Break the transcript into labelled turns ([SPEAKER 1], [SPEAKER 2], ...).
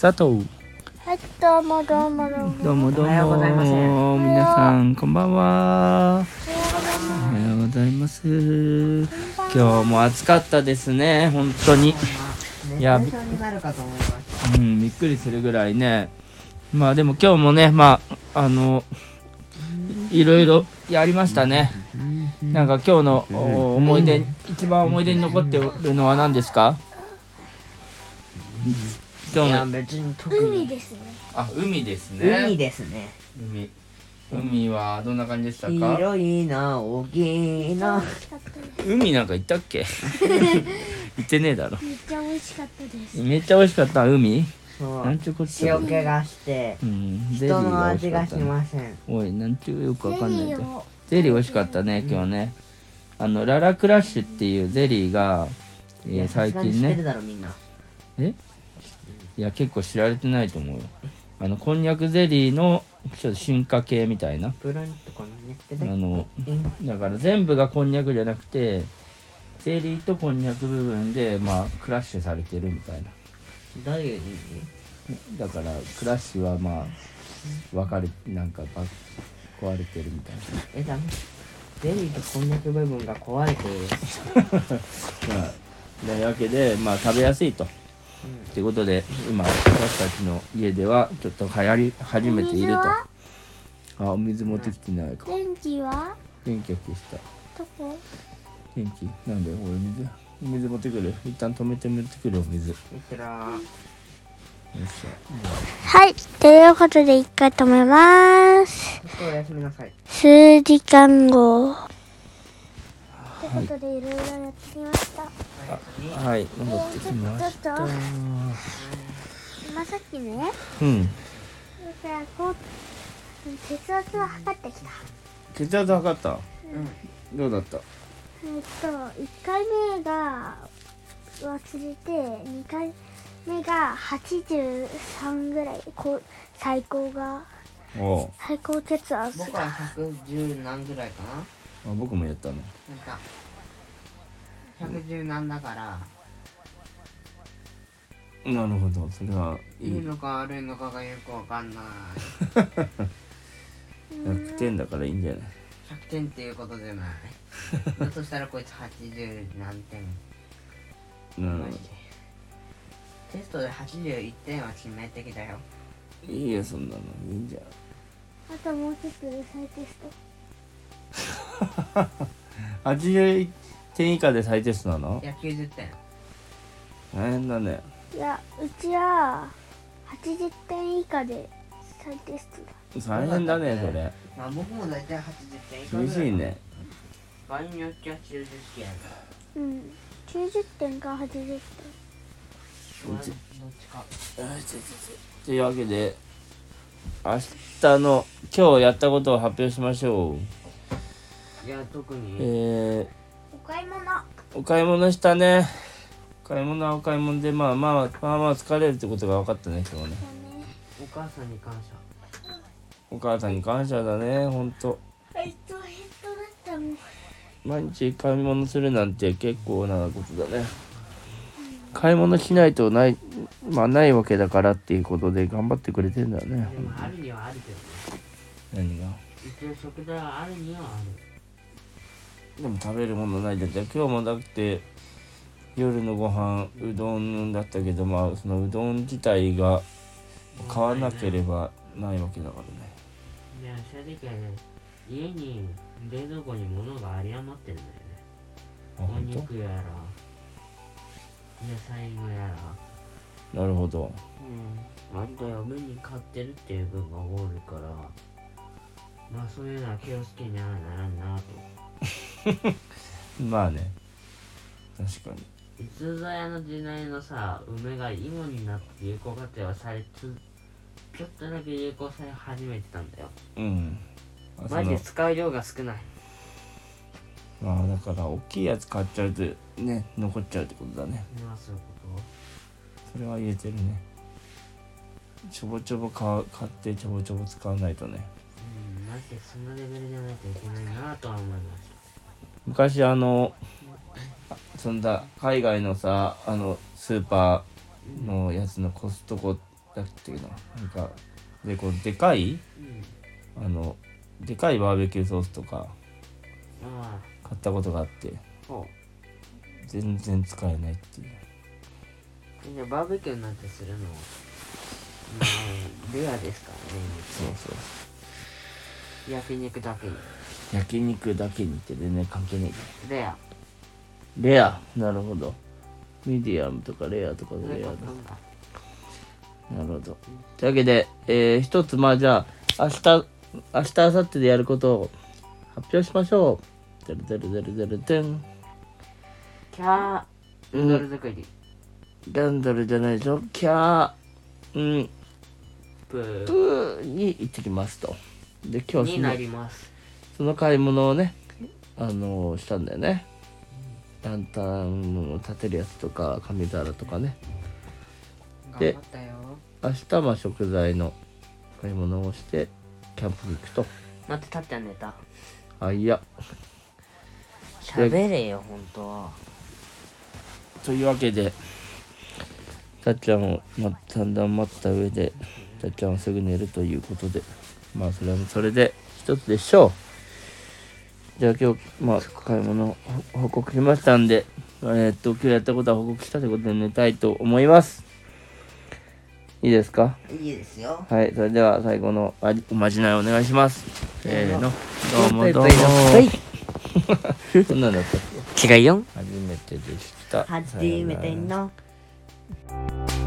[SPEAKER 1] 佐藤
[SPEAKER 2] はい、どうもどうもどうも。
[SPEAKER 1] どうもどうも
[SPEAKER 3] おはようございます
[SPEAKER 1] 皆さんこんばんは
[SPEAKER 2] おはようござい
[SPEAKER 1] お
[SPEAKER 2] ま
[SPEAKER 1] はようございます今日も暑かったですね本当にいや
[SPEAKER 3] 熱中症になるかと思います。
[SPEAKER 1] うんびっくりするぐらいねまあでも今日もねまああのいろいろやりましたねなんか今日のお思い出一番思い出に残ってるのは何ですか今
[SPEAKER 3] い
[SPEAKER 1] 日
[SPEAKER 3] や、
[SPEAKER 1] の
[SPEAKER 3] 別に特
[SPEAKER 2] す。海
[SPEAKER 3] に。
[SPEAKER 2] ですね。
[SPEAKER 1] あ海ですね
[SPEAKER 3] 海ですね。
[SPEAKER 1] 海海はどんな感じでしたか
[SPEAKER 3] 広いな、大きいな。
[SPEAKER 2] 美味しかったです。
[SPEAKER 1] 海なんか行ったっ け行ってねえだろ
[SPEAKER 2] めっちゃ美味しかったです。
[SPEAKER 1] めっちゃ美味しかった海
[SPEAKER 3] そう
[SPEAKER 1] なんちゅうこっちゃ
[SPEAKER 3] 塩気がして、
[SPEAKER 1] うんゼリ
[SPEAKER 3] 人
[SPEAKER 1] ー
[SPEAKER 3] の
[SPEAKER 1] が美味
[SPEAKER 3] 味
[SPEAKER 1] しか
[SPEAKER 3] が
[SPEAKER 1] っ
[SPEAKER 3] した
[SPEAKER 1] ね
[SPEAKER 3] ません。
[SPEAKER 1] おいなんちゅうよくわかんないけ
[SPEAKER 2] ゼリ
[SPEAKER 1] ど
[SPEAKER 2] ーを
[SPEAKER 1] ゼリー美味しかったね今日ねあのララクラッシュっていうゼリーが、えー
[SPEAKER 3] いや
[SPEAKER 1] 最
[SPEAKER 3] さすがに
[SPEAKER 1] 近
[SPEAKER 3] 知ってる
[SPEAKER 1] ね
[SPEAKER 3] だろ、みんな。
[SPEAKER 1] えいや結構知られてないと思うよあのこんにゃくゼリーのちょっと進化系みたいな
[SPEAKER 3] ブルンとこのね、出
[SPEAKER 1] あ
[SPEAKER 3] てき
[SPEAKER 1] の
[SPEAKER 3] てん
[SPEAKER 1] だから全部がこんにゃくじゃなくてゼリーとこんにゃく部分でまあクラッシュされてるみたいな
[SPEAKER 3] どういう意味
[SPEAKER 1] だからクラッシュはまあ分かれなんかば壊れてるみたいな
[SPEAKER 3] え、ダメ。ゼリーとこんにゃく部分が壊れている。
[SPEAKER 1] まあ、というわけで、まあ、食べやすいと。ということで、今、私たちの家では、ちょっと流行り始めていると。あ、お水持ってきてないか。
[SPEAKER 2] 天気は
[SPEAKER 1] 電気を消した。
[SPEAKER 2] どこ？
[SPEAKER 1] 電気なんで俺水。お水持ってくる。一旦止めて持ってくる、お水。よ
[SPEAKER 3] いくら、
[SPEAKER 1] いし
[SPEAKER 2] はい、ということで一回止めます。
[SPEAKER 3] ちょっとおやすみなさい。
[SPEAKER 2] 数時間後。ということでいろいろやってきました。
[SPEAKER 1] ょはい、持ってきまし
[SPEAKER 2] ち
[SPEAKER 1] た
[SPEAKER 2] ょっ。と今さっきね、
[SPEAKER 1] うん。
[SPEAKER 2] じゃあこう血圧を測ってきた。
[SPEAKER 1] 血圧測ったどうだった
[SPEAKER 2] えっと、1回目が忘れて2回目が83ぐらいこう最高が
[SPEAKER 1] おう
[SPEAKER 2] 最高血圧
[SPEAKER 3] 僕
[SPEAKER 2] が
[SPEAKER 3] は110何ぐらいかな
[SPEAKER 1] あ僕もやったの。
[SPEAKER 3] なんか、110何だから、
[SPEAKER 1] なるほど、それは、い
[SPEAKER 3] いい
[SPEAKER 1] い。
[SPEAKER 3] のか悪いのかがよくわかんない。
[SPEAKER 1] 100点だからいいんじゃない
[SPEAKER 3] 100点っていうことじゃない。だとしたらこいつ80何点。
[SPEAKER 1] うん
[SPEAKER 3] マジで。テストで81点は致命的だよ。
[SPEAKER 1] いいよそんなのいいんじゃん
[SPEAKER 2] あともうちょっとで再テスト
[SPEAKER 1] 81点以下で再テストなの
[SPEAKER 3] いや、90点。
[SPEAKER 1] 大変だね
[SPEAKER 2] いやうちは80点以下で再テストだ
[SPEAKER 1] 大変だねそれ
[SPEAKER 3] まあ僕も大体80点以下ぐら
[SPEAKER 1] 厳しい。ね
[SPEAKER 3] 場合によっちゃ90点やから。
[SPEAKER 2] うん90点か80点
[SPEAKER 3] どっちか。
[SPEAKER 1] というわけで明日の今日やったことを発表しましょう
[SPEAKER 3] いや、特に。
[SPEAKER 1] え
[SPEAKER 2] お買い物
[SPEAKER 1] ー、お買い物したねお買い物はお買い物でまあまあまあまあ疲れるってことが分かったね今日ね
[SPEAKER 3] お母さんに感謝。
[SPEAKER 1] お母さんに感謝だねほんと
[SPEAKER 2] えっとヘッドだったもん
[SPEAKER 1] 毎日買い物するなんて結構なことだね買い物しないとないまあないわけだからっていうことで頑張ってくれてんだね
[SPEAKER 3] でもあるにはあるけどね。
[SPEAKER 1] 何が
[SPEAKER 3] 一応食材はあるにはある。
[SPEAKER 1] でも食べるものないじゃんじゃあ今日もだって夜のご飯うどんだったけどまあそのうどん自体が買わなければないわけだからね
[SPEAKER 3] で、正直ね、家に冷蔵庫に物が有り余ってるんだよね。
[SPEAKER 1] あ
[SPEAKER 3] お
[SPEAKER 1] 本
[SPEAKER 3] 肉やら、野菜のやら、
[SPEAKER 1] 当なるほど
[SPEAKER 3] うん、割と嫁に買ってるっていう分が多いから、まあそういうのは気をつけにゃあならんなと。
[SPEAKER 1] まあね確か
[SPEAKER 3] 逸材の時代のさ、梅が今になって有効活用されつちょっとだけ有効され始めてたんだよ。
[SPEAKER 1] にうんあ
[SPEAKER 3] マジ
[SPEAKER 1] そ
[SPEAKER 3] で
[SPEAKER 1] の
[SPEAKER 3] 使う量が少ない。
[SPEAKER 1] まあだから大きいやつ買っちゃうとね残っちゃうってことだね
[SPEAKER 3] まあそういうこ
[SPEAKER 1] それは言えてるねちょぼちょぼ買う買ってちょぼちょぼ使わないとね
[SPEAKER 3] と。うん、マジでそんなレベルじゃないといけないなとは思いました。
[SPEAKER 1] 昔あのあそんだ海外のさあのスーパーのやつのコストコだっていうのなんかでこうでかい
[SPEAKER 3] うん
[SPEAKER 1] あのでかいバーベキューソースとか
[SPEAKER 3] あ
[SPEAKER 1] 買ったことがあって
[SPEAKER 3] あほう
[SPEAKER 1] 全然使えないっていう
[SPEAKER 3] えじゃあバーベキューなんてするのまあレアですからね
[SPEAKER 1] そうそう
[SPEAKER 3] 焼肉だけに
[SPEAKER 1] 焼肉だけにって全然関係ない
[SPEAKER 3] レア
[SPEAKER 1] レアなるほどミディアムとかレアとか
[SPEAKER 3] レ
[SPEAKER 1] レア
[SPEAKER 3] ア
[SPEAKER 1] だ
[SPEAKER 3] なんだ
[SPEAKER 1] なるほどというわけで、えー一つまあじゃあ明日明日明後日でやることを発表しましょうデルデルデルデルデン
[SPEAKER 3] キャー
[SPEAKER 1] う
[SPEAKER 3] うんん、ドル作り
[SPEAKER 1] ギャンドルじゃないでしょキャーうん
[SPEAKER 3] プー
[SPEAKER 1] プーに行ってきますとで今日
[SPEAKER 3] に
[SPEAKER 1] その
[SPEAKER 3] なります
[SPEAKER 1] その買い物をねあのーしたんだよねランタンを立てるやつとか紙皿とかねで
[SPEAKER 3] 頑張ったよ
[SPEAKER 1] 明日は食材の買い物をしてキャンプに行くと
[SPEAKER 3] 待ってたっちゃん寝た
[SPEAKER 1] あいや
[SPEAKER 3] 喋れよほんと
[SPEAKER 1] というわけでたっちゃんをま散々待った上でたっちゃんはすぐ寝るということでまあそれはそれで一つでしょうじゃあ今日まあ買い物ほ報告しましたんでえーっと今日やったことは報告したということで寝たいと思いますいいですか
[SPEAKER 3] いいですよ
[SPEAKER 1] はいそれでは最後のあおまじないお願いしますせーのどうもどうも そんなんだったっけ
[SPEAKER 3] 違うよ
[SPEAKER 1] 初めてでした
[SPEAKER 4] 初めて
[SPEAKER 1] さよなら
[SPEAKER 4] の